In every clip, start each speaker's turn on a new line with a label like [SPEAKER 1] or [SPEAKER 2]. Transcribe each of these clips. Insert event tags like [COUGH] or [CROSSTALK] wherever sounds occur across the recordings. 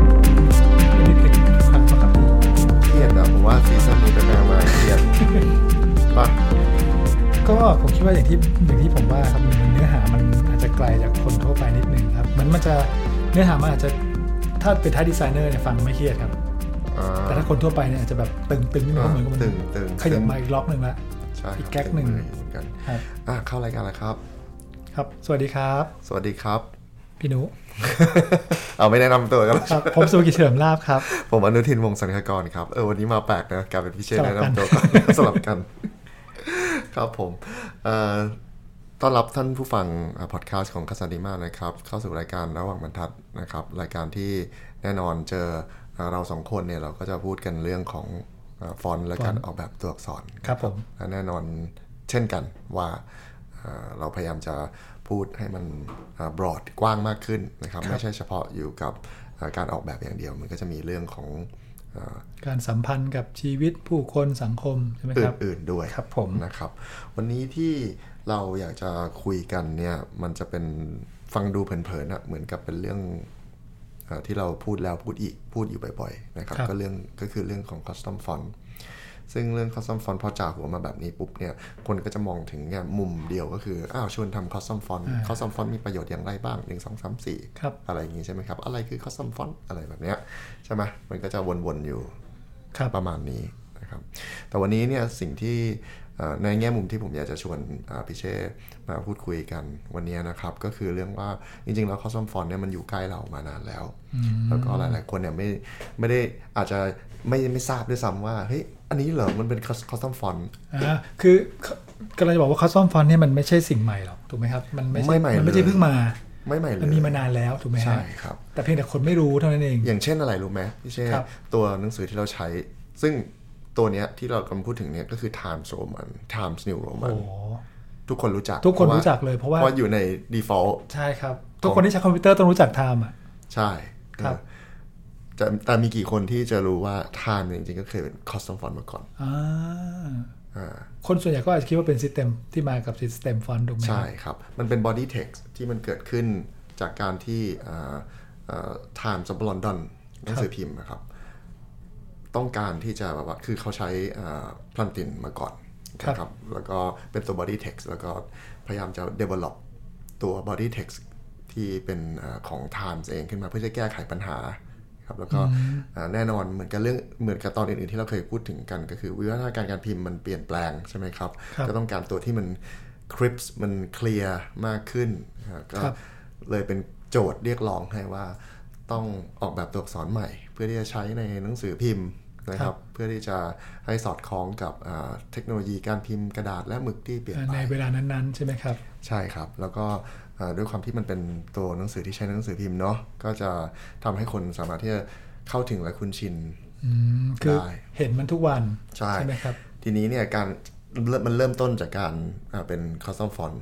[SPEAKER 1] [LAUGHS] ก็ผมคิดว่าอย่างที่อย่างที่ผมว่าครับเนื้อหามันอาจจะไกลจากคนทั่วไปนิดนึงครับมันมันจะเนื้อหามันอาจจะถ้าเป็นท่าดีไซเนอร์เนี่ยฟังไม่เครียดครับ
[SPEAKER 2] อ่า
[SPEAKER 1] แต่ถ้าคนทั่วไปเนี่ยอาจจะแบบตึงตึงนิดนึงเพราะเหมือนกับมัน
[SPEAKER 2] ตึงตึง
[SPEAKER 1] ขยับมาอีกล็อกหนึ่งละ
[SPEAKER 2] ใช่ครับ
[SPEAKER 1] อีกแก๊กหนึ่ง
[SPEAKER 2] เหมือนกัน
[SPEAKER 1] ครับ
[SPEAKER 2] อ่ะเข้ารายการแล้วครับ
[SPEAKER 1] ครับ สวัสดีครับ
[SPEAKER 2] สวัสดีครับ [LAUGHS]
[SPEAKER 1] พี่หนุ
[SPEAKER 2] เอาไม่แนะนำตัวกันแล้ว
[SPEAKER 1] ครับ ผมสุภกิจเฉลิมลาบครับ
[SPEAKER 2] ผมอนุทินวงศ์สันคกรครับเออวันนี้มาแปลกนะกลายเป็นพี่เชษฐ์
[SPEAKER 1] สลั
[SPEAKER 2] แนะ
[SPEAKER 1] บกัน
[SPEAKER 2] นำตัว [LAUGHS] ก่อน สลับกัน ครับผมเอ่อต้อนรับท่านผู้ฟังพอดแคสต์ของคาสติมานะครับ เข้าสู่รายการระหว่างบรรทัดนะครับ รายการที่แน่นอนเจอเอ่อเราสองคนเนี่ยเราก็จะพูดกันเรื่องของเอ่อฟอนต์และการออกแบบตัวอักษร
[SPEAKER 1] ครับผม
[SPEAKER 2] และแน่นอนเช่นกันว่าเอ่อเราพยายามจะพูดให้มันบรอดกว้างมากขึ้นนะครับ ไม่ใช่เฉพาะอยู่กับเอ่อการออกแบบอย่างเดียว มันก็จะมีเรื่องของเอ่อ
[SPEAKER 1] การสัมพันธ์กับชีวิตผู้คนสังคมใช่ไหมครับ
[SPEAKER 2] อื่นๆด้วย
[SPEAKER 1] ครับผม
[SPEAKER 2] นะครับ วันนี้ที่เราอยากจะคุยกันเนี่ยมันจะเป็นฟังดูเผินๆนะเหมือนกับเป็นเรื่องเออที่เราพูดแล้วพูดอีกพูดอยู่บ่อยๆนะครับ
[SPEAKER 1] ครับ
[SPEAKER 2] ก็เรื่องก็คือเรื่องของ custom font ซึ่งเรื่อง custom font พอจ่าหัวมาแบบนี้ปุ๊บเนี่ย คนก็จะมองถึงแง่มุมเดียวก็คือ อ้าวชวนทำ custom font custom font มีประโยชน์อย่างไรบ้าง 1 2 3 4
[SPEAKER 1] ครับ
[SPEAKER 2] อะไรอย่างงี้ใช่ไหมครับ อะไรคือ custom font อะไรแบบเนี้ยใช่ไหมมันก็จะวนๆอยู่
[SPEAKER 1] ครับ
[SPEAKER 2] ประมาณนี้นะครับ แต่วันนี้เนี่ยสิ่งที่เอ่อในแง่มุมที่ผมอยากจะชวนอ่าพี่เช่มาพูดคุยกันวันนี้นะครับ ก็คือเรื่องว่าจริงๆ แล้ว custom font เนี่ยมันอยู่ใกล้เรามานานแล้ว แล้วก็หลายๆคนเนี่ยไม่ไม่ได้อาจจะไม่ไม่ทราบด้วยซ้ำว่าเฮ้ยอันนี้เหรอมันเป็น cus- custom font
[SPEAKER 1] อ่าคือกำลังจะบอกว่าคัสตอมฟอนต์เนี่ยมันไม่ใช่สิ่งใหม่หรอกถูกไหมครับ มันไม่ใช่
[SPEAKER 2] ไม่ใหม่
[SPEAKER 1] มันไม่ใช่
[SPEAKER 2] เลย
[SPEAKER 1] เพิ่งมา
[SPEAKER 2] ไม่ใหม่เลย
[SPEAKER 1] มันมีมานานแล้วถูกไหมฮะ
[SPEAKER 2] ใช่ครับ
[SPEAKER 1] แต่เพียงแต่คนไม่รู้เท่านั้นเอง
[SPEAKER 2] อย่างเช่นอะไรรู้ไหมพี่เช่
[SPEAKER 1] ครับ
[SPEAKER 2] ตัวหนังสือที่เราใช้ ซึ่งตัวเนี้ยที่เรากำลังพูดถึงเนี่ยก็คือ Times Roman Times New
[SPEAKER 1] โอ้
[SPEAKER 2] Roman ทุกคนรู้จัก
[SPEAKER 1] ทุกคน
[SPEAKER 2] พาะว่า
[SPEAKER 1] รู้จักเลยเพราะว่า
[SPEAKER 2] เพราะอยู่ใน default
[SPEAKER 1] ใช่ครับ ทุกคนที่ใช้คอมพิวเตอร์ต้องรู้จักไทม์อ่ะ
[SPEAKER 2] ใช่
[SPEAKER 1] ครับ
[SPEAKER 2] แต่แต่มีกี่คนที่จะรู้ว่า Time เนี่ยจริงๆก็เคยเป็น custom font มาก่อน
[SPEAKER 1] อ่า
[SPEAKER 2] อ่า
[SPEAKER 1] คนส่วนใหญ่ก็อาจจะคิดว่าเป็นซิสเต็มที่มากับซิสเต็มฟอนต์ถูกไหมครับ
[SPEAKER 2] ใช่ครับ มันเป็น body text ที่มันเกิดขึ้นจากการที่อ่าอ่า Times of London หนังสือพิมพ์นะครับ ต้องการที่จะแบบว่าคือเขาใช้พลันตินมาก่อน
[SPEAKER 1] ครับ
[SPEAKER 2] นะแล้วก็เป็นตัว body text แล้วก็พยายามจะ develop ตัว body text ที่เป็นอาของ Times เองขึ้นมาเพื่อจะแก้ไขปัญหาครับแล้วก็อ่าแน่นอนเหมือนกับเรื่องเหมือนกับตอนอื่นๆที่เราเคยพูดถึงกัน ก็คือวิวัฒนาการการพิมพ์มันเปลี่ยนแปลงใช่ไหมครับ
[SPEAKER 1] ครับ
[SPEAKER 2] ก็ต้องการตัวที่มันคริปส์มันเคลียร์มากขึ้นนะครับก็
[SPEAKER 1] ครับ
[SPEAKER 2] เลยเป็นโจทย์เรียกร้องให้ว่าต้องออกแบบตัวอักษรใหม่ เพื่อที่จะใช้ในหนังสือพิมพ์นะครับ เพื่อที่จะให้สอดคล้องกับอ่าเทคโนโลยีการพิมพ์กระดาษและหมึกที่เปลี่ยนไป
[SPEAKER 1] ในเวลานั้นๆ ใช่ไหมครับ
[SPEAKER 2] ใช่ครับ แล้วก็เอ่อด้วยความที่มันเป็นตัวหนังสือที่ใช้ในหนังสือพิมพ์เนาะก็จะทำให้คนสามารถที่จะเข้าถึงและคุ้นชิน
[SPEAKER 1] อืมคือ
[SPEAKER 2] ได้
[SPEAKER 1] เห็นมันทุกวัน
[SPEAKER 2] ใช่
[SPEAKER 1] ไหมครับ
[SPEAKER 2] ทีนี้เนี่ยการเริ่มมันเริ่มต้นจากการอ่าเป็น custom font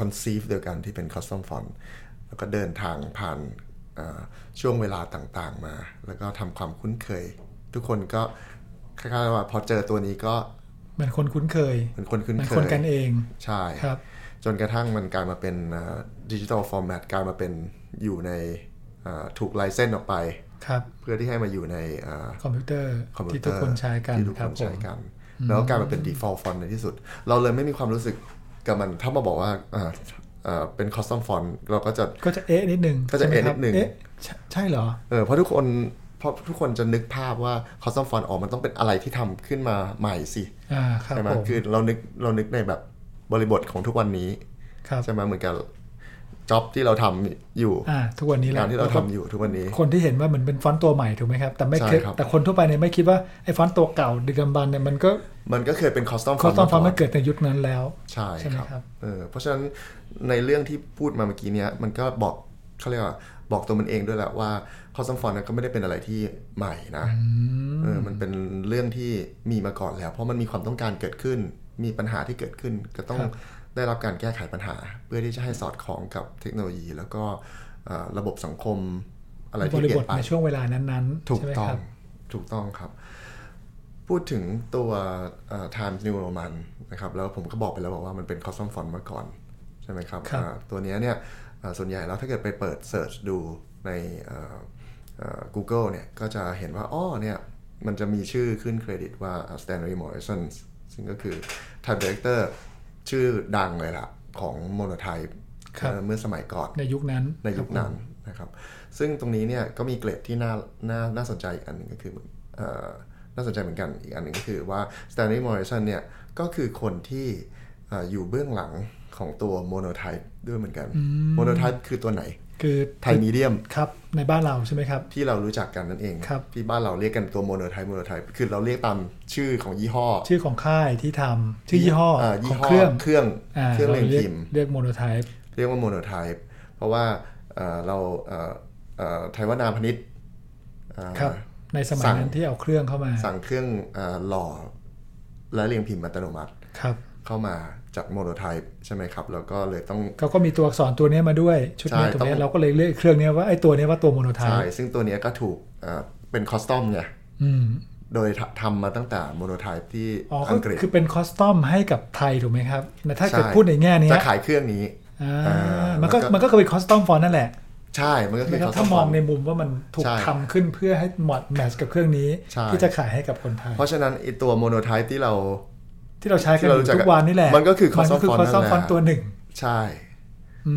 [SPEAKER 2] conceive โดยการที่เป็น custom font แล้วก็เดินทางผ่านอ่าช่วงเวลาต่างๆมา แล้วก็ทำความคุ้นเคย ทุกคนก็คล้ายๆว่าพอเจอตัวนี้ก็
[SPEAKER 1] มันคนคุ้นเคย
[SPEAKER 2] เป็นคนคุ้น
[SPEAKER 1] มัน
[SPEAKER 2] เค
[SPEAKER 1] คน
[SPEAKER 2] ย
[SPEAKER 1] กันเอง
[SPEAKER 2] ใช่
[SPEAKER 1] ครับ
[SPEAKER 2] จนกระทั่งมันกลายมาเป็นดิจิ t a ลฟอร์แมตกลายมาเป็นอยู่ในอ่าถูกไลเซนออกไป
[SPEAKER 1] ครับ
[SPEAKER 2] เพื่อที่ให้มาอยู่ในอ่า
[SPEAKER 1] คอมพิวเตอร์
[SPEAKER 2] คอมพิว
[SPEAKER 1] ที่
[SPEAKER 2] เตอ
[SPEAKER 1] ทุก
[SPEAKER 2] ร์
[SPEAKER 1] คนใช้กัน
[SPEAKER 2] ที่ทุก
[SPEAKER 1] ครั
[SPEAKER 2] ค
[SPEAKER 1] บ
[SPEAKER 2] น
[SPEAKER 1] ผ
[SPEAKER 2] ใช้
[SPEAKER 1] ม
[SPEAKER 2] กัน แล้วก็กลายมาเป็น default font ในที่สุด เราเลยไม่มีความรู้สึกกับมัน ถ้ามาบอกว่าอ่าอ่าเป็น custom font เราก็จะ
[SPEAKER 1] ก็จะเอ๊ะนิดนึง
[SPEAKER 2] ก็จะ
[SPEAKER 1] ใช่
[SPEAKER 2] เอ๊ะ
[SPEAKER 1] ไหมครับ
[SPEAKER 2] นิดนึง
[SPEAKER 1] เอ๊ะใช่ใช่เหรอ
[SPEAKER 2] เออเพราะทุกคนเพราะทุกคนจะนึกภาพว่า custom font ออกมันต้องเป็นอะไรที่ทำขึ้นมาใหม่สิ
[SPEAKER 1] อ่าครับ
[SPEAKER 2] ใช่ไหม
[SPEAKER 1] ผม
[SPEAKER 2] คือเรานึกเรานึกในแบบบริบทของทุกวันนี้
[SPEAKER 1] ครับ
[SPEAKER 2] ใช่ไหมเหมือนกับจ็อบที่เราทำอยู่
[SPEAKER 1] อ่า ทุกวันนี้แหละ
[SPEAKER 2] งานที่เราทำอยู่ทุกวันนี้
[SPEAKER 1] คนที่เห็นว่าเหมือนเป็นฟอนต์ตัวใหม่ถูกไหมครับ แต่ไม่เคย
[SPEAKER 2] ใช่ครับ
[SPEAKER 1] แต่คนทั่วไปเนี่ยไม่คิดว่าไอ้ฟอนต์ตัวเก่าดึกดำบรรพ์เนี่ยมันก็
[SPEAKER 2] มันก็เคยเป็นคอสตอม
[SPEAKER 1] เขาต้องฟอนต์มันเกิดในยุคนั้นแล้ว
[SPEAKER 2] ใช่
[SPEAKER 1] ใช่ไหม
[SPEAKER 2] ครับ
[SPEAKER 1] ครับ
[SPEAKER 2] เออเพราะฉะนั้นในเรื่องที่พูดมาเมื่อกี้เนี้ยมันก็บอกเขาเรียกว่าบอกตัวมันเองด้วยแหละว่าคอสตอมฟอนต์ก็ไม่ได้เป็นอะไรที่ใหม่นะเออมันเป็นเรื่องที่มีมาก่อนแล้ว เพราะมันมีความต้องการเกิดขึ้น มีปัญหาที่เกิดขึ้น ก็ต้องได้รับการแก้ไขปัญหา เพื่อที่จะให้สอดคล้องกับเทคโนโลยี แล้วก็เอ่อระบบสังคมอะไร
[SPEAKER 1] บ
[SPEAKER 2] ที่
[SPEAKER 1] ริ
[SPEAKER 2] เปลี่
[SPEAKER 1] บ
[SPEAKER 2] ย
[SPEAKER 1] ท
[SPEAKER 2] นไป
[SPEAKER 1] ในช่วงเวลานั้นๆ
[SPEAKER 2] ถูก
[SPEAKER 1] ใช่ไหม
[SPEAKER 2] ต้อ
[SPEAKER 1] ค
[SPEAKER 2] ง
[SPEAKER 1] รับ
[SPEAKER 2] ถูกต้องครับ พูดถึงตัวเอ่อ Times New Roman นะครับแล้วผมก็บอกไปแล้วบอกว่ามันเป็น custom font มาก่อน ใช่ไหมครับ
[SPEAKER 1] ครับ
[SPEAKER 2] อ่าตัวเนี้ยเนี่ยอ่าส่วนใหญ่แล้วถ้าเกิดไปเปิด search ดูในเอ่อเอ่อ Google เนี่ยก็จะเห็นว่าอ้อเนี่ยมันจะมีชื่อขึ้นเครดิตว่า Stanley Morrison ซึ่งก็คือ type director ชื่อดังเลยล่ะ ของโมโนไทป์
[SPEAKER 1] ครับ
[SPEAKER 2] เมื่อสมัยก่อน
[SPEAKER 1] ในยุคนั้น
[SPEAKER 2] ในยุคนั้นนะครับ ซึ่งตรงนี้เนี่ยก็มีเกรดที่น่า น่า น่าสนใจอีกอันหนึ่งก็คือเอ่อน่าสนใจเหมือนกันอีกอันหนึ่งก็คือว่า Stanley Morrison เนี่ย ก็คือคนที่เอ่ออยู่เบื้องหลังของตัวโมโนไทป์ด้วยเหมือนกัน โมโนไทป์คือตัวไหน
[SPEAKER 1] คือ
[SPEAKER 2] ไทมีเดียม
[SPEAKER 1] ครับในบ้านเราใช่ไหมครับ
[SPEAKER 2] ที่เรารู้จักกันนั่นเอง
[SPEAKER 1] ครับ
[SPEAKER 2] ที่บ้านเราเรียกกันตัวโมโนไทป์โมโนไทป์คือเราเรียกตามชื่อของยี่ห้อ
[SPEAKER 1] ชื่อของค่ายที่ทำชื่อยี่ห้อ
[SPEAKER 2] เ
[SPEAKER 1] ข
[SPEAKER 2] ยี่
[SPEAKER 1] อง
[SPEAKER 2] ห้อ
[SPEAKER 1] เครื่อง
[SPEAKER 2] เครื่อง
[SPEAKER 1] า
[SPEAKER 2] เครื่องเล่ง
[SPEAKER 1] รียก
[SPEAKER 2] พิมพ์
[SPEAKER 1] เรียกโมโนไทป์
[SPEAKER 2] เรียกว่าโมโนไทป์เพราะว่าเอ่อเราเอ่อเอ่อไทยวนาพนิษฐ์อ่า
[SPEAKER 1] ครับ ในสมัย
[SPEAKER 2] สั่ง
[SPEAKER 1] นั้นที่เอาเครื่องเข้ามา
[SPEAKER 2] สั่งเครื่องเอ่อหล่อและเรียงพิมพ์อัตโนมัติ
[SPEAKER 1] ครับ
[SPEAKER 2] เข้ามาจากโมโนไทป์ใช่ไหมครับ แล้วก็เลยต้อง
[SPEAKER 1] เขาก็มีตัวอักษรตัวเนี้ยมาด้วยชุดนี้
[SPEAKER 2] ใช่
[SPEAKER 1] ตัว
[SPEAKER 2] ต้อง
[SPEAKER 1] เนี้ยเราก็เลยเรียกเครื่องเนี้ยว่าไอ้ตัวเนี้ยว่าตัวโมโนไท
[SPEAKER 2] ใช่
[SPEAKER 1] ป์
[SPEAKER 2] ซึ่งตัวเนี้ยก็ถูกเอ่อเป็นคอสตอมไง
[SPEAKER 1] อืม
[SPEAKER 2] โดยททำมาตั้งแต่โมโนไทป์ที่
[SPEAKER 1] อ๋ออ
[SPEAKER 2] อังกฤษ
[SPEAKER 1] คือเป็นคอสตอมให้กับไทยถูกไหมครับนะถ้าเกิด
[SPEAKER 2] ช่
[SPEAKER 1] พูดในแง่เนี้ย
[SPEAKER 2] จะขายเครื่องนี้
[SPEAKER 1] อ่า
[SPEAKER 2] อ่ามั
[SPEAKER 1] มันก็
[SPEAKER 2] มันก็
[SPEAKER 1] มันก็คือเป็นคอสตอมฟอนต์นั่นแหละ
[SPEAKER 2] ใช่ มันก็คือ
[SPEAKER 1] นะครับ
[SPEAKER 2] custom
[SPEAKER 1] ถ้ามองใน
[SPEAKER 2] font
[SPEAKER 1] มุมว่ามันถูก
[SPEAKER 2] ใช่
[SPEAKER 1] ทำขึ้นเพื่อให้เหมาะแมทช์กับเครื่องนี้
[SPEAKER 2] ใช่
[SPEAKER 1] ที่จะขายให้กับคนไทย
[SPEAKER 2] เพราะฉะนั้นไอตัวโมโนไทป์ที่เรา
[SPEAKER 1] ที่เราใช้กันอ
[SPEAKER 2] ที่เรารู้
[SPEAKER 1] ยู่
[SPEAKER 2] จัก
[SPEAKER 1] ทุกวันนี่แหละ
[SPEAKER 2] มันก็คือ custom
[SPEAKER 1] มันก็คือคอสตอม
[SPEAKER 2] font
[SPEAKER 1] ฟอนต์ตัวหนึ่ง
[SPEAKER 2] ใช่
[SPEAKER 1] อื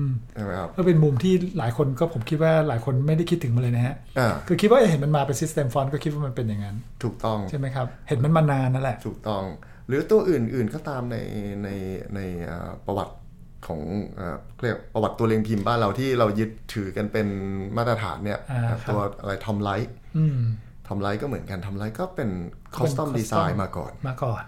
[SPEAKER 1] ม
[SPEAKER 2] ใช่ไหมครับ
[SPEAKER 1] ก็เป็นมุมที่หลายคนก็ผมคิดว่าหลายคนไม่ได้คิดถึงมันเลยนะฮะ
[SPEAKER 2] อ่า
[SPEAKER 1] คือคิดว่าเห็นมันมาเป็นซิสเต็มฟอนต์ก็คิดว่ามันเป็นอย่างนั้น
[SPEAKER 2] ถูกต้อง
[SPEAKER 1] ใช่ไหมครับ เห็นมันมานานนั่นแหละ
[SPEAKER 2] ถูกต้องหรือตัวอื่นๆก็ตามในในในเอ่อประวัติของเอ่อเรียกประวัติตัวเลงพิมพ์บ้านเราที่เรายึดถือกันเป็นมาตรฐานเนี่ย
[SPEAKER 1] อ่าครับ
[SPEAKER 2] ตัวอะไรทอมไลท์
[SPEAKER 1] อืม
[SPEAKER 2] ทอมไลท์ก็เหมือนกันทอมไลท์ก็เป็นคอสตอม
[SPEAKER 1] เป็น custom
[SPEAKER 2] ดีไซน์มาก่อน
[SPEAKER 1] มาก่อน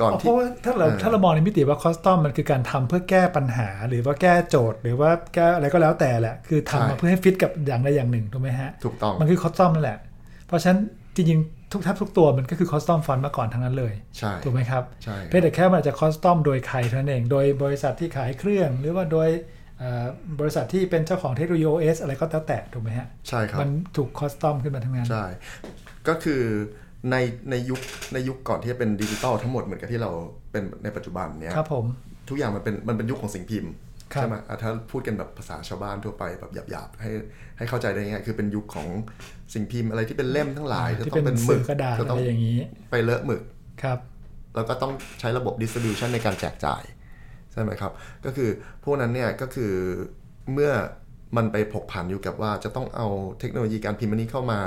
[SPEAKER 2] ก่อน
[SPEAKER 1] อ๋อเพ
[SPEAKER 2] ที่
[SPEAKER 1] ราะว่าถ้าเรา
[SPEAKER 2] เออ
[SPEAKER 1] ถ้าเรามองในมิติว่าคอสตอมมันคือการทำเพื่อแก้ปัญหา หรือว่าแก้โจทย์ หรือว่าแก้อะไรก็แล้วแต่แหละ คือทำมาเพื่อให้ฟิตกับอย่างใดอย่างหนึ่งถูกไหมฮะ
[SPEAKER 2] ถูกต้อง
[SPEAKER 1] มันคือคอสตอมนั่นแหละ เพราะฉะนั้นจริงๆทุกแทบทุกตัวมันก็คือคอสตอมฟอนต์มาก่อนทั้งนั้นเลย
[SPEAKER 2] ใช่
[SPEAKER 1] ถูกไหมครับ
[SPEAKER 2] ใช่
[SPEAKER 1] เพียงแต่แค่มันอาจจะคอสตอมโดยใครเท่านั้นเอง โดยบริษัทที่ขายเครื่อง หรือว่าโดยเอ่อบริษัทที่เป็นเจ้าของเทคโนโลยี OS อะไรก็แล้วแต่ถูกไหมฮะ
[SPEAKER 2] ใช่ครับ
[SPEAKER 1] มันถูกคอสตอมขึ้นมาทั้งนั้น
[SPEAKER 2] ใช่ ก็คือในในยุคในยุคก่อนที่จะเป็นดิจิตอลทั้งหมดเหมือนกับที่เราเป็นในปัจจุบันเนี่ย
[SPEAKER 1] ครับผม
[SPEAKER 2] ทุกอย่างมันเป็นมันเป็นยุคของสิ่งพิมพ์
[SPEAKER 1] ครับ
[SPEAKER 2] ใช่ไหมอ่ะถ้าพูดกันแบบภาษาชาวบ้านทั่วไปแบบหยาบๆให้ให้เข้าใจได้ง่ายคือเป็นยุคของสิ่งพิมพ์อะไรที่เป็นเล่มทั้งหลาย
[SPEAKER 1] อ่า
[SPEAKER 2] จะ
[SPEAKER 1] ที่
[SPEAKER 2] ต้อง
[SPEAKER 1] เป็
[SPEAKER 2] เป็น นหมึก
[SPEAKER 1] สื่อกระดาษ
[SPEAKER 2] จะต้อง
[SPEAKER 1] อะไรอย่างนี้
[SPEAKER 2] ไปเลอะหมึก
[SPEAKER 1] ครับ
[SPEAKER 2] แล้วก็ต้องใช้ระบบ distribution ในการแจกจ่าย ใช่ไหมครับ ก็คือพวกนั้นเนี่ยก็คือเมื่อมันไปผกผันอยู่กับว่าจะต้องเอาเทคโนโลยีการพิมพ์อันนี้เข้ามา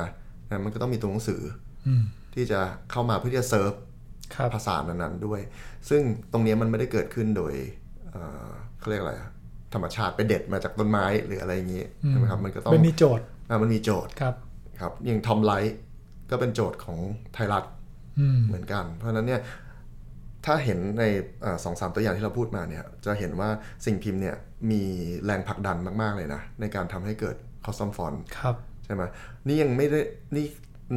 [SPEAKER 2] นะมันก็ต้องมีตัวหนังสืออ
[SPEAKER 1] ม
[SPEAKER 2] ที่จะเข้ามาเพื่อที่จะเซิร์ฟ
[SPEAKER 1] ครับ
[SPEAKER 2] ภาษานั้นๆด้วย ซึ่งตรงเนี้ยมันไม่ได้เกิดขึ้นโดยเอ่อเขาเรียกอะไรอะธรรมชาติไปเด็ดมาจากต้นไม้หรืออะไรอย่างนี้ใช่ไหมครับ มันก็ต้อง
[SPEAKER 1] มันมีโจทย์
[SPEAKER 2] อ่ะมันมีโจทย์
[SPEAKER 1] ครับ
[SPEAKER 2] ครับ อย่างทอมไลท์ก็เป็นโจทย์ของไทยรัฐ
[SPEAKER 1] อืม
[SPEAKER 2] เหมือนกัน เพราะฉะนั้นเนี่ย ถ้าเห็นในเอ่อสองสามตัวอย่างที่เราพูดมาเนี่ย จะเห็นว่าสิ่งพิมพ์เนี่ยมีแรงผลักดันมาก ๆ เลยนะ ในการทำให้เกิดคอสตอมฟอน
[SPEAKER 1] ครับ
[SPEAKER 2] ใช่ไหมนี่ยังไม่ได้นี่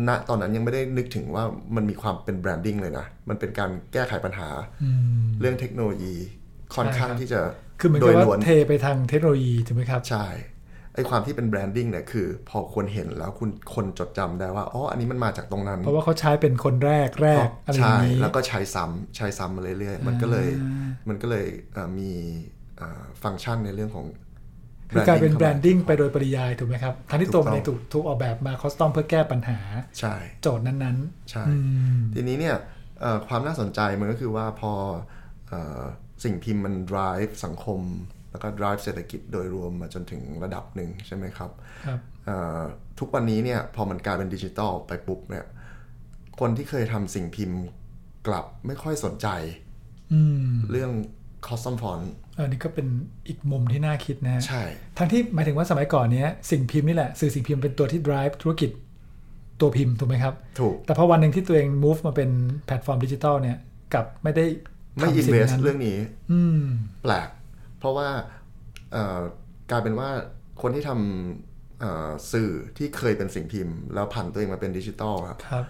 [SPEAKER 2] ณตอนนั้นยังไม่ได้นึกถึงว่ามันมีความเป็นแบรนดิ้งเลยนะ มันเป็นการแก้ไขปัญหา เรื่องเทคโนโลยีค่อนข้าง
[SPEAKER 1] ใช่ครับ
[SPEAKER 2] ที่จะ
[SPEAKER 1] คือเหมือน
[SPEAKER 2] โด
[SPEAKER 1] กับ
[SPEAKER 2] ย
[SPEAKER 1] ว่า
[SPEAKER 2] ล้วน
[SPEAKER 1] เทไปทางเทคโนโลยีถูกไหมครับ
[SPEAKER 2] ใช่ไอความที่เป็นแบรนดิ้งเนี่ยคือ พอคนเห็นแล้วคุณคนจดจำได้ว่าอ๋ออันนี้มันมาจากตรงนั้น
[SPEAKER 1] เพราะว่าเขาใช้เป็นคนแรกแรกอะไรอ
[SPEAKER 2] ใช่
[SPEAKER 1] ย่างนี้
[SPEAKER 2] แล้วก็ใช้ซ้ำใช้ซ้ำมาเรื่อยๆมันก็เลยมันก็เลยเอ่อมีเอ่อฟังก์ชันในเรื่องของ
[SPEAKER 1] คือกลายเป็น
[SPEAKER 2] branding
[SPEAKER 1] แบรนดิ้งไปโดยปริยายถูกไหมครับ ทั้งที่ตัวมันเองถูกถูกออกแบบมาคอสตอมเพื่อแก้ปัญหา
[SPEAKER 2] ใช่
[SPEAKER 1] โจทย์นั้น
[SPEAKER 2] ใช่
[SPEAKER 1] ๆ อืม
[SPEAKER 2] ทีนี้เนี่ยเอ่อความน่าสนใจมันก็คือว่าพอเอ่อสิ่งพิมพ์มัน drive สังคม แล้วก็ drive เศรษฐกิจโดยรวมมาจนถึงระดับหนึ่งใช่ไหมครับ
[SPEAKER 1] ครับ
[SPEAKER 2] เอ่อทุกวันนี้เนี่ยพอมันกลายเป็นดิจิตอลไปปุ๊บเนี่ยคนที่เคยทำสิ่งพิมพ์กลับไม่ค่อยสนใจ
[SPEAKER 1] อืม
[SPEAKER 2] เรื่อง custom font
[SPEAKER 1] เอันนี้ก็เป็นอีกมุมที่น่าคิดนะฮะ
[SPEAKER 2] ใช่
[SPEAKER 1] ทั้งที่หมายถึงว่าสมัยก่อนเนี้ยสิ่งพิมพ์นี่แหละ สื่อสิ่งพิมพ์เป็นตัวที่ drive ธุรกิจตัวพิมพ์ถูกไหมครับ
[SPEAKER 2] ถูก
[SPEAKER 1] แต่พอวันหนึ่งที่ตัวเอง move มาเป็นแพลตฟอร์มดิจิทัลเนี่ยกลับไม่ได้
[SPEAKER 2] ไม่
[SPEAKER 1] ทำสิ่ง
[SPEAKER 2] invest
[SPEAKER 1] นั้น
[SPEAKER 2] เรื่องนี้
[SPEAKER 1] อืม
[SPEAKER 2] แปลก เพราะว่าเอ่อกลายเป็นว่าคนที่ทำเอ่อสื่อที่เคยเป็นสิ่งพิมพ์ แล้วผันตัวเองมาเป็นดิจิตอลครับ
[SPEAKER 1] ครับ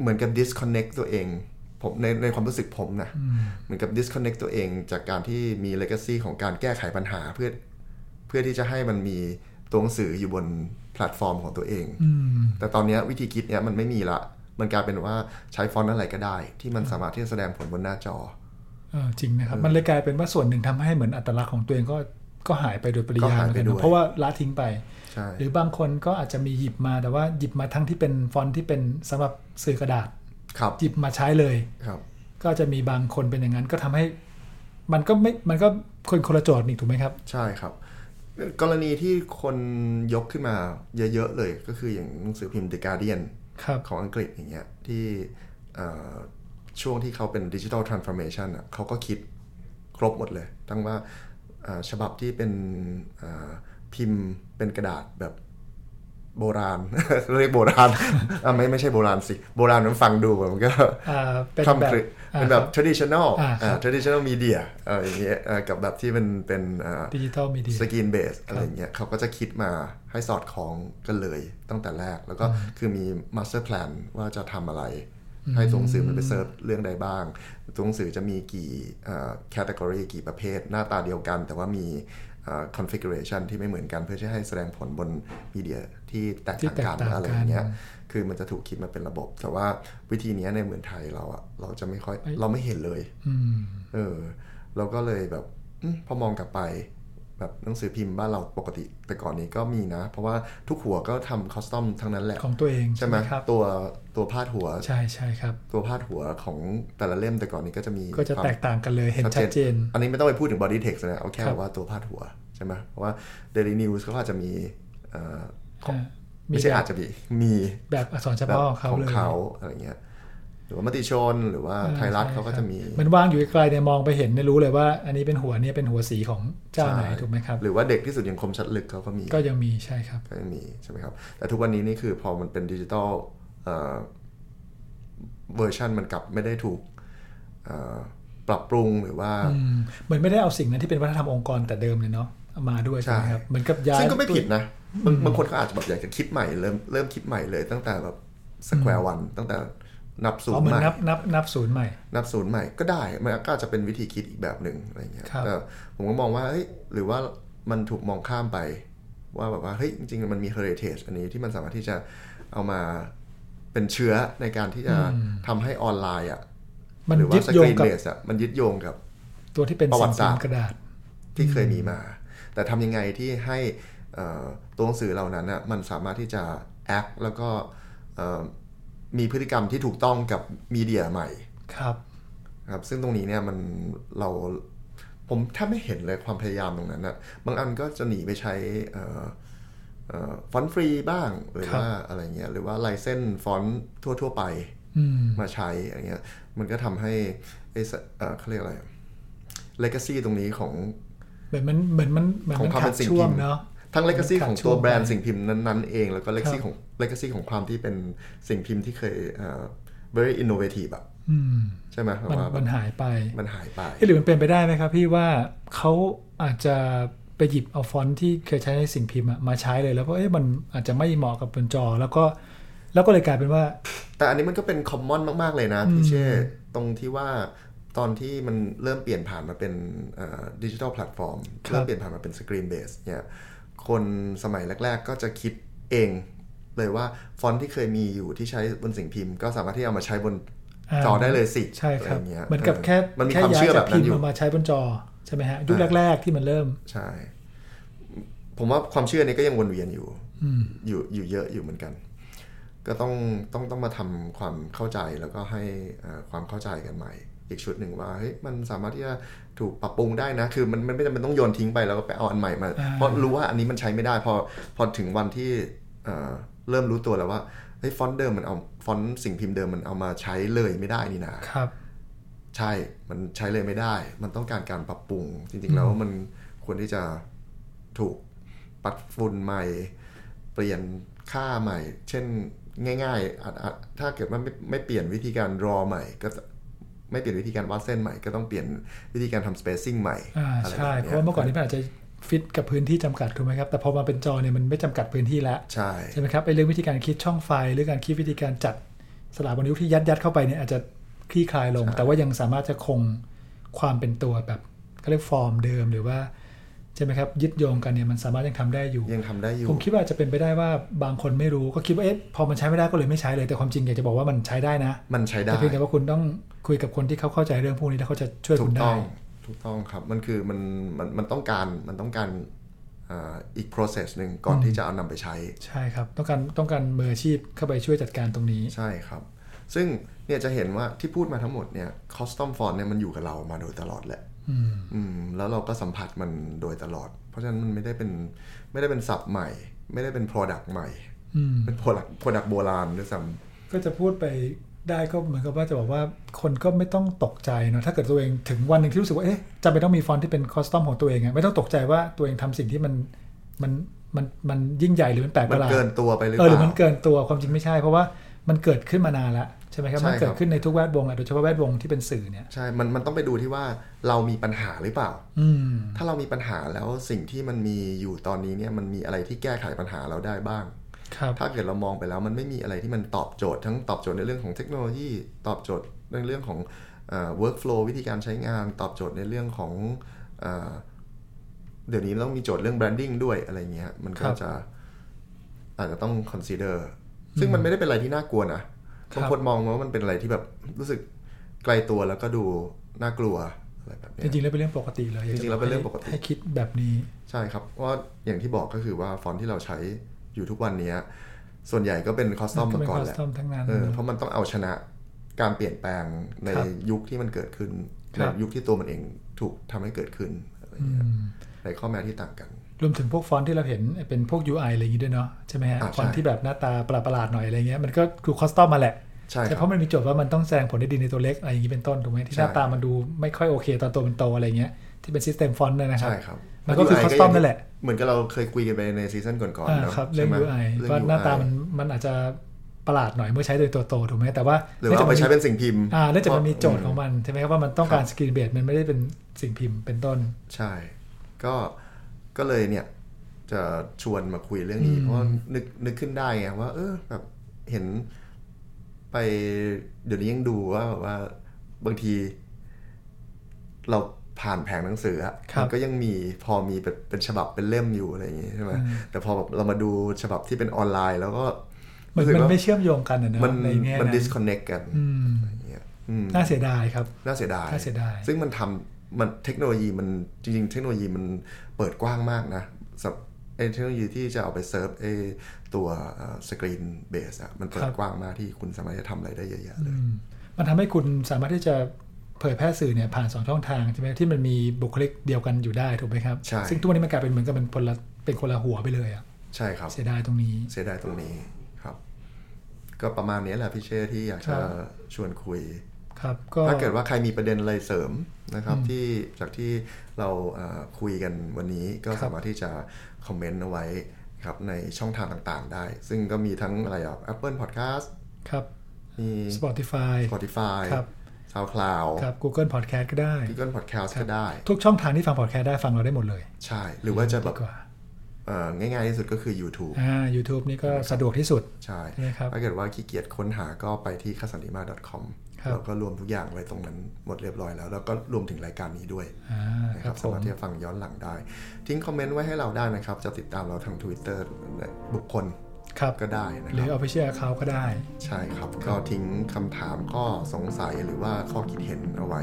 [SPEAKER 2] เหมือนกับ disconnect ตัวเองผมในในความรู้สึกผมนะ เหมือนกับ disconnect ตัวเองจากการที่มี legacy ของการแก้ไขปัญหาเพื่อเพื่อที่จะให้มันมีตัวหนังสืออยู่บนแพลตฟอร์มของตัวเอง
[SPEAKER 1] อืม
[SPEAKER 2] แต่ตอนเนี้ยวิธีคิดเนี้ยมันไม่มีละ มันกลายเป็นว่าใช้ฟอนต์อะไรก็ได้ ที่มันสามารถที่จะแสดงผลบนหน้าจอ
[SPEAKER 1] เออจริงนะครับ มันเลยกลายเป็นว่าส่วนหนึ่งทำให้เหมือนอัตลักษณ์ของตัวเองก็ก็หายไปโดยปริ
[SPEAKER 2] ก็
[SPEAKER 1] ยาย
[SPEAKER 2] หาย
[SPEAKER 1] เหมือน
[SPEAKER 2] ไป
[SPEAKER 1] กัน
[SPEAKER 2] ด้ว
[SPEAKER 1] นะ
[SPEAKER 2] ย
[SPEAKER 1] เพราะว่าละทิ้งไป
[SPEAKER 2] ใช่
[SPEAKER 1] หรือบางคนก็อาจจะมีหยิบมาแต่ว่าหยิบมาทั้งที่เป็นฟอนต์ที่เป็นสำหรับสื่อกระดาษ
[SPEAKER 2] ครับ
[SPEAKER 1] หยิบมาใช้เลย
[SPEAKER 2] ครับ
[SPEAKER 1] ก็จะมีบางคนเป็นอย่างนั้น ก็ทำให้ มันก็ไม่มันก็คนคนละโจทย์นี่ถูกไหมครับ
[SPEAKER 2] ใช่ครับ กรณีที่คนยกขึ้นมาเยอะๆเลยก็คืออย่างหนังสือพิมพ์ The Guardian
[SPEAKER 1] ครับ
[SPEAKER 2] ของอังกฤษอย่างเงี้ยที่เอ่อช่วงที่เขาเป็นดิจิ t a ลทรานส์ฟอร์เมชันอ่ะเขาก็คิดครบหมดเลย ตั้งว่าเอ่อฉบับที่เป็นเอ่อพิมพ์เป็นกระดาษแบบโบราณ [LAUGHS] เรียกโบราณ [LAUGHS] อ่ะไม่ไม่ใช่โบราณสิ โบราณมันฟังดูมันก็
[SPEAKER 1] อ่าเป็น
[SPEAKER 2] คำ
[SPEAKER 1] แบ
[SPEAKER 2] แบบ บเป็นแบบ traditional
[SPEAKER 1] อ่าครับ
[SPEAKER 2] อ่า traditional media เอ่ออย่างเงี้ยเอ่อกับแบบที่เป็นเป็น
[SPEAKER 1] ดิจิตอลมีเดีย
[SPEAKER 2] สกินเบสอะไรอย่างเงี้ยเขาก็จะคิดมาให้สอดคล้องกันเลยตั้งแต่แรก แล้วก็คือมี master plan ว่าจะทำอะไร ให้ตัวหนังสือมันไปเซิร์ฟเรื่องใดบ้างตัวหนังสือจะมีกี่แคตตากรีกี่ประเภท หน้าตาเดียวกัน แต่ว่ามีเอ่อ configuration ที่ไม่เหมือนกันเพื่อที่ให้แสดงผลบนมีเดียที่แตกต่างกันอะไรอย่างเงี้ย คือมันจะถูกคิดมาเป็นระบบ แต่ว่าวิธีเนี้ยในเมืองไทยเราอะเราจะไม่ค่อยเราไม่เห็นเลย
[SPEAKER 1] อืม
[SPEAKER 2] เออ เราก็เลยแบบอืมพอมองกลับไป แบบหนังสือพิมพ์บ้านเราปกติ แต่ก่อนนี้ก็มีนะ เพราะว่าทุกหัวก็ทำคัสตอมทั้งนั้นแหละ
[SPEAKER 1] ของตัวเอง
[SPEAKER 2] ใช่ไหม
[SPEAKER 1] ครับ
[SPEAKER 2] ตัวตัวพาดหัว
[SPEAKER 1] ใช่ใช่ครับ
[SPEAKER 2] ตัวพาดหัวของแต่ละเล่มแต่ก่อนนี้ก็จะมี
[SPEAKER 1] ก็จะ
[SPEAKER 2] ควม
[SPEAKER 1] แตกต่างกันเลยเห็นชัดเจน
[SPEAKER 2] อันนี้ไม่ต้องไปพูดถึง body text นะ เอาแค่
[SPEAKER 1] ครับ
[SPEAKER 2] ว่าตัวพาดหัวใช่ไหมเพราะว่า daily news เขาอาจจะมีเอ่อของ
[SPEAKER 1] อ่ามี
[SPEAKER 2] ไม่ใช่
[SPEAKER 1] แบ
[SPEAKER 2] อา
[SPEAKER 1] บ
[SPEAKER 2] จจะมี มี
[SPEAKER 1] แบบอักษรเฉ
[SPEAKER 2] แบบ
[SPEAKER 1] พาะของเขา
[SPEAKER 2] ของ
[SPEAKER 1] เลย
[SPEAKER 2] เขาอะไรเงี้ย หรือว่ามติชนหรือว่า
[SPEAKER 1] อ่า
[SPEAKER 2] ไทยรัฐ
[SPEAKER 1] ใช่
[SPEAKER 2] เขาก็
[SPEAKER 1] คบ
[SPEAKER 2] จะมี
[SPEAKER 1] มันว่างอยู่ไกลๆเนี่ยมองไปเห็นเนี่ยรู้เลยว่า อันนี้เป็นหัวเนี่ยเป็นหัวสีของเจ้าไหน
[SPEAKER 2] ใช่
[SPEAKER 1] ถูกไหมครับ
[SPEAKER 2] หรือว่าเด็กที่สุดอย่างคมชัดลึกเขาก็มี
[SPEAKER 1] ก็ยังมีใช่ครับ
[SPEAKER 2] ก็ยังมีใช่ไหมครับ แต่ทุกวันนี้นี่คือพอมันเป็นดิจิตอลเวอร์ชันมันกลับไม่ได้ถูกเอ่อปรับปรุงหรือว่า
[SPEAKER 1] อืมเหมือนไม่ได้เอาสิ่งนั้นที่เป็นวัฒนธรรมองค์กรแต่เดิมเลยเนาะเอามาด้วย
[SPEAKER 2] ใช่
[SPEAKER 1] ใช่ไหมครับเหมือนกับย้าย
[SPEAKER 2] ซึ่งก็ไม่ผิดนะบางบางคนเขาอาจจะแบบอยากจะคิดใหม่เริ่มเริ่มคิดใหม่เลยตั้งแต่แบบสแควร์วันตั้งแต่นับศูน
[SPEAKER 1] อ๋อ
[SPEAKER 2] ย์
[SPEAKER 1] เหมือ
[SPEAKER 2] ให
[SPEAKER 1] น
[SPEAKER 2] ม่
[SPEAKER 1] นับนับนับศูนย์ใหม่
[SPEAKER 2] นับศูนย์ใหม่ก็ได้ มันก็อาจจะเป็นวิธีคิดอีกแบบหนึ่งอะไรเงี้ย
[SPEAKER 1] ครับ
[SPEAKER 2] แต่ผมก็มองว่าเฮ้ยหรือว่ามันถูกมองข้ามไป ว่าแบบว่าเฮ้ยจริงๆ มันมี heritage อันนี้ที่มันสามารถที่จะเอามาเป็นเชื้อในการที่จะทำให้ออนไลน์อ่ะ
[SPEAKER 1] มัน
[SPEAKER 2] หรือ
[SPEAKER 1] ยึ
[SPEAKER 2] ว่า
[SPEAKER 1] ด
[SPEAKER 2] ส
[SPEAKER 1] โย
[SPEAKER 2] ก
[SPEAKER 1] ง
[SPEAKER 2] รีน
[SPEAKER 1] กับ
[SPEAKER 2] เบสอ่ะมันยึดโยงกับ
[SPEAKER 1] ตัวที่เป็น
[SPEAKER 2] ประวั
[SPEAKER 1] สิ่
[SPEAKER 2] ติ
[SPEAKER 1] ง
[SPEAKER 2] ศาสต
[SPEAKER 1] พิม
[SPEAKER 2] ร์
[SPEAKER 1] พ์กระดาษ
[SPEAKER 2] ที่เคยมีมา แต่ทำยังไงที่ให้เอ่อตัวหนังสือเหล่านั้นน่ะมันสามารถที่จะ act แล้วก็เอ่อมีพฤติกรรมที่ถูกต้องกับมีเดียใหม่
[SPEAKER 1] ครับ
[SPEAKER 2] นะครับซึ่งตรงนี้เนี่ยมันเราผมแทบไม่เห็นเลยความพยายามตรงนั้นนะบางอันก็จะหนีไปใช้เอ่อเอ่อฟอนต์ฟรีบ้างหรือ
[SPEAKER 1] ครับ
[SPEAKER 2] ว่าอะไรเงี้ยหรือว่าลายเส้นฟอนต์ทั่ว ๆ ไป
[SPEAKER 1] อืม
[SPEAKER 2] มาใช้อะไรเงี้ย มันก็ทำให้ไอ้สเอ่อเขาเรียกอะไร legacy ตรงนี้ของ
[SPEAKER 1] เหมือนมันเหมือนมันเหมือน
[SPEAKER 2] ของ
[SPEAKER 1] มัน
[SPEAKER 2] ความ
[SPEAKER 1] ขั
[SPEAKER 2] เป็
[SPEAKER 1] ด
[SPEAKER 2] นสิ่ง
[SPEAKER 1] ช่ว
[SPEAKER 2] พิ
[SPEAKER 1] ง
[SPEAKER 2] มพ์
[SPEAKER 1] เนาะ
[SPEAKER 2] ทั้งเลก a ซี
[SPEAKER 1] มันขาด
[SPEAKER 2] ของ
[SPEAKER 1] ช่
[SPEAKER 2] ตัว ว
[SPEAKER 1] ง
[SPEAKER 2] แบรน
[SPEAKER 1] ไป
[SPEAKER 2] ด์สิ่งพิมพ์นั้นๆเอง แล้วก็เลก a
[SPEAKER 1] ค
[SPEAKER 2] ซี
[SPEAKER 1] รับ
[SPEAKER 2] ของเลก a ซีของความที่เป็นสิ่งพิมพ์ที่เคยเอ่อ very innovative อะ
[SPEAKER 1] อืม
[SPEAKER 2] ใช่ไหมเพราะ
[SPEAKER 1] มัน
[SPEAKER 2] ว่า
[SPEAKER 1] มันหายไป
[SPEAKER 2] มันหายไป
[SPEAKER 1] เอ๊ะหรือมันเป็นไปได้ไหมครับ พี่ว่าเขาอาจจะไปหยิบเอาฟอนต์ที่เคยใช้ในสิ่งพิมพ์อะมาใช้เลย แล้วก็เอ๊ะมันอาจจะไม่เหมาะกับบนจอ แล้วก็แล้วก็เลยกลายเป็นว่า
[SPEAKER 2] แต่อันนี้มันก็เป็นคอมมอนมาก ๆ เลยนะพี่เช่ตรงที่ว่าตอนที่มันเริ่มเปลี่ยนผ่านมาเป็นดิจิทัลแพลตฟอร์ม
[SPEAKER 1] ครับ
[SPEAKER 2] เริ่มเปลี่ยนผ่านมาเป็นสกรีนเบสเนี่ยคนสมัยแรก ๆ ก็จะคิดเองเลยว่าฟอนต์ที่เคยมีอยู่ที่ใช้บนสิ่งพิมพ์ ก็สามารถที่เอามาใช้บนจอได้เลยสิ
[SPEAKER 1] ใช่ครับ
[SPEAKER 2] อะไอย่างเงี้ย
[SPEAKER 1] เหมือนกับแค่
[SPEAKER 2] มันมี
[SPEAKER 1] แค่
[SPEAKER 2] ความ
[SPEAKER 1] ย้าย
[SPEAKER 2] เชื่อแบ
[SPEAKER 1] จาก
[SPEAKER 2] บ
[SPEAKER 1] พิม
[SPEAKER 2] นั้น
[SPEAKER 1] พ์
[SPEAKER 2] อยู่
[SPEAKER 1] มาใช้บนจอใช่ไหมฮะยุค
[SPEAKER 2] อ่า
[SPEAKER 1] แรก ๆที่มันเริ่ม
[SPEAKER 2] ใช่ ผมว่าความเชื่อนี้ก็ยังวนเวียนอยู่
[SPEAKER 1] อืม
[SPEAKER 2] อยู่อยู่เยอะอยู่เหมือนกัน ก็ต้องต้องต้องมาทำความเข้าใจแล้วก็ให้เอ่อความเข้าใจกันใหม่ อีกชุดหนึ่งว่าเฮ้ยมันสามารถที่จะถูกปรับปรุงได้นะ คือมันมันไม่จำเป็นต้องโยนทิ้งไปแล้วก็ไปเอาอันใหม่มา
[SPEAKER 1] อ่า
[SPEAKER 2] เพราะรู้ว่าอันนี้มันใช้ไม่ได้ พอพอถึงวันที่เอ่อเริ่มรู้ตัวแล้วว่าเฮ้ยฟอนต์เดิมมันเอาฟอนต์สิ่งพิมพ์เดิมมันเอามาใช้เลยไม่ได้นี่นะ
[SPEAKER 1] ครับ
[SPEAKER 2] ใช่ มันใช้เลยไม่ได้ มันต้องการการปรับปรุง จริง ๆ แล้วมันควรที่จะถูกปัดฝุ่นใหม่ เปลี่ยนค่าใหม่ เช่นง่ายๆอาจอาจถ้าเกิดว่าไม่ไม่เปลี่ยนวิธีการรอใหม่ ก็จะไม่เปลี่ยนวิธีการวัดเส้นใหม่ ก็ต้องเปลี่ยนวิธีการทำ spacing ใหม่
[SPEAKER 1] อ่า
[SPEAKER 2] อะไร
[SPEAKER 1] ใช่
[SPEAKER 2] แบบ
[SPEAKER 1] เพราะว่าเมื่อก่อน
[SPEAKER 2] ย
[SPEAKER 1] นี้มันอาจจะฟิตกับพื้นที่จำกัดถูกไหมครับแต่พอมาเป็นจอเนี่ยมันไม่จำกัดพื้นที่แล้ว
[SPEAKER 2] ใช่
[SPEAKER 1] ใช่ไหมครับไอ้เรื่องวิธีการคิดช่องไฟหรือการคิดวิธีการจัดสลากบรรยุกต์ที่ยัดยัดๆเข้าไปเนี่ยอาจจะคลี่คลายลง แต่ว่ายังสามารถจะคงความเป็นตัวแบบเขาเรียกฟอร์มเดิมหรือว่าใช่ไหมครับยึดโยงกันเนี่ยมันสามารถยังทำได้อยู่
[SPEAKER 2] ยังทำได้อยู่
[SPEAKER 1] ผมคิดว่าอาจจะเป็นไปได้ว่าบางคนไม่รู้ก็คิดว่าเอ๊ะพอมันใช้ไม่ได้ก็เลยไม่ใช้เลยแต่ความจริงอยากจะบอกว่ามันใช้ได้นะ
[SPEAKER 2] มันใช้ได้
[SPEAKER 1] แต่เพียงแต่ว่าคุณต้องคุยกับคนที่เขาเข้าใจเรื่องพวกนี้แล้วเขาจะช่วย
[SPEAKER 2] ถู
[SPEAKER 1] คุ
[SPEAKER 2] ก
[SPEAKER 1] ณ
[SPEAKER 2] ต้
[SPEAKER 1] ได้
[SPEAKER 2] องถูกต้องครับ มันคือมันมันมันต้องการมันต้องการอ่าอีก process หนึ่งก่อนที่จะเอานำไปใช้
[SPEAKER 1] ใช่ครับ ต้องการต้องการมืออาชีพเข้าไปช่วยจัดการตรงนี้
[SPEAKER 2] ใช่ครับ ซึ่งเนี่ยจะเห็นว่าที่พูดมาทั้งหมดเนี่ยคอสตอมฟอนเนี่ยมันอยู่กับเรามาโดยตลอดแหละ
[SPEAKER 1] อืม
[SPEAKER 2] อืมแล้วเราก็สัมผัสมันโดยตลอด เพราะฉะนั้นมันไม่ได้เป็นไม่ได้เป็นศัพท์ใหม่ ไม่ได้เป็น Product ใหม่
[SPEAKER 1] อืม
[SPEAKER 2] เป็น Product Product โบราณด้วยซ้ำ
[SPEAKER 1] ก็จะพูดไปได้ก็เหมือนกับว่าจะบอกว่าคนก็ไม่ต้องตกใจเนอะถ้าเกิดตัวเองถึงวันหนึ่งที่รู้สึกว่าเอ๊ะจำเป็นต้องมีฟอนต์ที่เป็นคอสตอมของตัวเองอะไม่ต้องตกใจว่าตัวเองทำสิ่งที่มันมันมันมันยิ่งใหญ่หรือมันแปลกประหลาด
[SPEAKER 2] มันเกินตัวไปหรือ
[SPEAKER 1] เออหรือ
[SPEAKER 2] เปล่ามั
[SPEAKER 1] มันเกินตัวความจริงไม่ใช่ เพราะว่ามันเกิดขึ้นมานานละใช่ไหมครับ
[SPEAKER 2] ใช่
[SPEAKER 1] มันเกิ
[SPEAKER 2] ค
[SPEAKER 1] ด
[SPEAKER 2] รับ
[SPEAKER 1] ขึ้นในทุกแวดวงแหละโดยเฉพาะแวดวงที่เป็นสื่อเนี่ย
[SPEAKER 2] ใช่ มันมันต้องไปดูที่ว่าเรามีปัญหาหรือเปล่า
[SPEAKER 1] อืม
[SPEAKER 2] ถ้าเรามีปัญหาแล้วสิ่งที่มันมีอยู่ตอนนี้เนี่ยมันมีอะไรที่แก้ไขปัญหาเราได้บ้าง
[SPEAKER 1] ครับ
[SPEAKER 2] ถ้าเกิดเรามองไปแล้วมันไม่มีอะไรที่มันตอบโจทย์ทั้งตอบโจทย์ในเรื่องของเทคโนโลยี ตอบโจทย์ในเรื่องของเอ่อ workflow วิธีการใช้งาน ตอบโจทย์ในเรื่องของเอ่อเดี๋ยวนี้ต้องมีโจทย์เรื่อง branding ด้วยอะไรเงี้ยมันก็
[SPEAKER 1] ครับ
[SPEAKER 2] จะอาจจะต้อง consider ซึ่งมันไม่ได้เป็นอะไรที่น่ากลัวนะครับ บางคนมองว่ามันเป็นอะไรที่แบบรู้สึกไกลตัวแล้วก็ดูน่ากลัวอะไรแบบเนี้
[SPEAKER 1] จ
[SPEAKER 2] ย
[SPEAKER 1] ริงๆแล้วเป็นเรื่องปกติเลยอยากะ
[SPEAKER 2] จริงๆแล้วเป็นเรื่องปกติ
[SPEAKER 1] ให้คิดแบบนี้
[SPEAKER 2] ใช่ครับเพราะว่าอย่างที่บอกก็คือว่าฟอนต์ที่เราใช้อยู่ทุกวันเนี้ยส่วนใหญ่ก็เป็นคอสตอม
[SPEAKER 1] ก็
[SPEAKER 2] มา
[SPEAKER 1] เป็น
[SPEAKER 2] ก่อนแห
[SPEAKER 1] ค
[SPEAKER 2] ละ
[SPEAKER 1] อสตอมทั้งนั้น
[SPEAKER 2] เออเพราะมันต้องเอาชนะการเปลี่ยนแปลงใน
[SPEAKER 1] ครับ
[SPEAKER 2] ยุคที่มันเกิดขึ้น
[SPEAKER 1] ครั
[SPEAKER 2] ใน
[SPEAKER 1] บ
[SPEAKER 2] ยุคที่ตัวมันเองถูกทำให้เกิดขึ้นอะไรเงี้ยในข้อแม้ที่ต่างกัน
[SPEAKER 1] รวมถึงพวกฟอนต์ที่เราเห็นเป็นพวก UI อะไรอย่างงี้ด้วยเนาะใช่ไหมฮะ
[SPEAKER 2] อ่าใช่
[SPEAKER 1] ฟอนต์ที่แบบหน้าตาประหลาดๆหน่อยอะไรเงี้ยมันก็คือคอสตอมมาแหละ
[SPEAKER 2] ใช่ครับ
[SPEAKER 1] เพราะมันมีโจทย์ว่ามันต้องแสดงผลได้ดีในตัวเล็กอะไรอย่างงี้เป็นต้นถูกไหมที่
[SPEAKER 2] ใช่
[SPEAKER 1] หน้าตามันดูไม่ค่อยโอเคตอนตัวมันโตอะไรเงี้ยที่เป็นซิสเต็มฟอนต์นะครับ
[SPEAKER 2] ใช่ครับ
[SPEAKER 1] มันก็คือ custom นั่นแหละ
[SPEAKER 2] เหมือนกับเราเคยคุยกันไปในซีซั่นก่อนๆ
[SPEAKER 1] อ่า
[SPEAKER 2] เนาะ
[SPEAKER 1] ครับ
[SPEAKER 2] ใช่
[SPEAKER 1] เรื่อง
[SPEAKER 2] ไหม
[SPEAKER 1] UI
[SPEAKER 2] เรื่อง
[SPEAKER 1] ว่าหน้าตา
[SPEAKER 2] UI
[SPEAKER 1] มันมันอาจจะประหลาดหน่อยเมื่อใช้โดยตัวโตถูกไหมแต่ว่า
[SPEAKER 2] หรือว่าเอาไปใช้เป็นสิ่งพิมพ์
[SPEAKER 1] อ่าเนื่องจากมันมีโจทย์
[SPEAKER 2] อื
[SPEAKER 1] ของมันใช่ไหมครับว่ามันต้องการสกรีนเบดมันไม่ได้เป็นสิ่งพิมพ์เป็นต้น
[SPEAKER 2] ใช่ ก็ ก็เลยเนี่ยจะชวนมาคุยเรื่องนี้ เพราะว่านึกนึกขึ้นได้ไงว่า เออแบบเห็นไปเดี๋ยวนี้ยังดูว่าแบบว่าบางที เราผ่านแผงหนังสืออะ
[SPEAKER 1] ครับ
[SPEAKER 2] มันก็ยังมีพอมีแบบเป็นฉบับเป็นเล่มอยู่อะไรอย่างงี้ใช่ไหม
[SPEAKER 1] อืม
[SPEAKER 2] แต่พอแบบเรามาดูฉบับที่เป็นออนไลน์ แล้วก็
[SPEAKER 1] มัน
[SPEAKER 2] รู้สึก
[SPEAKER 1] มัน
[SPEAKER 2] ว่า
[SPEAKER 1] ไม่เชื่อมโยงกันอะเนอะ
[SPEAKER 2] มัน
[SPEAKER 1] ในแง่
[SPEAKER 2] มัน
[SPEAKER 1] นั้น
[SPEAKER 2] disconnect กัน
[SPEAKER 1] อืม
[SPEAKER 2] อะไรอย่างเงี้ยอืม
[SPEAKER 1] น่าเสียดายครับ
[SPEAKER 2] น่าเสียดาย
[SPEAKER 1] น่าเสียดาย
[SPEAKER 2] ซึ่งมันทำมันเทคโนโลยีมันจริงๆ เทคโนโลยีมันเปิดกว้างมากนะสำหรับไอ้เทคโนโลยีที่จะเอาไปเซิร์ฟไอ้ตัวสกรีนเบสอะมันเปิ
[SPEAKER 1] ครั
[SPEAKER 2] ด
[SPEAKER 1] บ
[SPEAKER 2] กว้างมากที่คุณสามารถจะทำอะไรได้เยอะแยะเลย
[SPEAKER 1] อืมมันทำให้คุณสามารถที่จะเผยแพร่สื่อเนี่ยผ่านสองช่องทางใช่ไหมที่มันมีบุคลิกเดียวกันอยู่ได้ถูกไหมครับ
[SPEAKER 2] ใช่
[SPEAKER 1] ซึ่งทุกวันนี้มันกลายเป็นเหมือนกับมันคนละเป็นคนละหัวไปเลยอะ
[SPEAKER 2] ใช่ครับ
[SPEAKER 1] เสียดายตรงนี้
[SPEAKER 2] เสียดายตรงนี้ครับ ก็ประมาณนี้แหละพี่เชษที่อยาก
[SPEAKER 1] ค
[SPEAKER 2] จะ
[SPEAKER 1] รับ
[SPEAKER 2] ชวนคุย
[SPEAKER 1] ครับ ก็
[SPEAKER 2] ถ้าเกิดว่าใครมีประเด็นอะไรเสริมนะครับที่จากที่เราเอ่อคุยกันวันนี้ก็สามารถที่จะคอมเมนต์เอาไว้ครับในช่องทางต่างๆได้ ซึ่งก็มีทั้งอะไรอ่ะ Apple Podcast
[SPEAKER 1] ครับ
[SPEAKER 2] มี
[SPEAKER 1] Spotify
[SPEAKER 2] Spotify
[SPEAKER 1] ครับ
[SPEAKER 2] SoundCloud
[SPEAKER 1] ครับ Google Podcast ก็ได้
[SPEAKER 2] Google Podcast ก็ได้
[SPEAKER 1] ทุกช่องทางที่ฟัง podcast ได้ฟังเราได้หมดเลย
[SPEAKER 2] ใช่ หรือว่าจะแบ
[SPEAKER 1] ดี
[SPEAKER 2] บ
[SPEAKER 1] กว่า
[SPEAKER 2] เอ่อง่ายๆที่สุดก็คือ YouTube
[SPEAKER 1] อ่า YouTube นี่ก็สะดวกที่สุด
[SPEAKER 2] ใช่
[SPEAKER 1] ใช่ครับ
[SPEAKER 2] ถ้าเกิดว่าขี้เกียจค้นหาก็ไปที่คาสันติมา .com
[SPEAKER 1] ครับ
[SPEAKER 2] เราก็รวมทุกอย่างไว้ตรงนั้นหมดเรียบร้อยแล้ว แล้วก็รวมถึงรายการนี้ด้วย
[SPEAKER 1] อ่า
[SPEAKER 2] นะ
[SPEAKER 1] ค
[SPEAKER 2] ค
[SPEAKER 1] รั
[SPEAKER 2] รั
[SPEAKER 1] บบ ผ
[SPEAKER 2] สามาม รถที่จะฟังย้อนหลังได้ ทิ้งคอมเมนต์ไว้ให้เราได้นะครับ จะติดตามเราทาง Twitter และบุคคล
[SPEAKER 1] ครับ
[SPEAKER 2] ก็ได้นะ
[SPEAKER 1] ห
[SPEAKER 2] ค
[SPEAKER 1] รือ
[SPEAKER 2] รับ
[SPEAKER 1] Official Account ก็ได้
[SPEAKER 2] ใช่ครับ ก็ทิ้งคำถามข้อสงสัยหรือว่าข้อคิดเห็นเอาไว้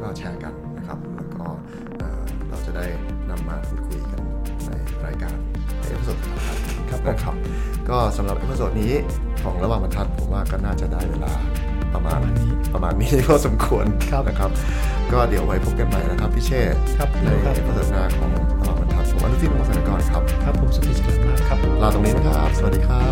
[SPEAKER 2] ก็แชร์กันนะครับ แล้วก็เอ่อเราจะได้นำมาพูดคุยกันในรายการในเอพิโซดต่างๆ
[SPEAKER 1] ครับผม
[SPEAKER 2] นะครับ ก็สำหรับเอพิโซดนี้ของระหว่างบรรทัดผมว่าก็น่าจะได้เวลาประมาณประมาณนี้ก็สมควร
[SPEAKER 1] ครับ
[SPEAKER 2] นะครับ ก็เดี๋ยวไว้พบกันใหม่นะครับพี่เชษฐ์
[SPEAKER 1] ครับ
[SPEAKER 2] ใน
[SPEAKER 1] ครับ
[SPEAKER 2] เอพิโซดหน้าของระหว่างบรรทัดผมอนุทินมงคลสนกรครับ
[SPEAKER 1] ครับผมสุภิสกรมากครับ
[SPEAKER 2] ลาตรงนี้นะครับ สวัสดีครับ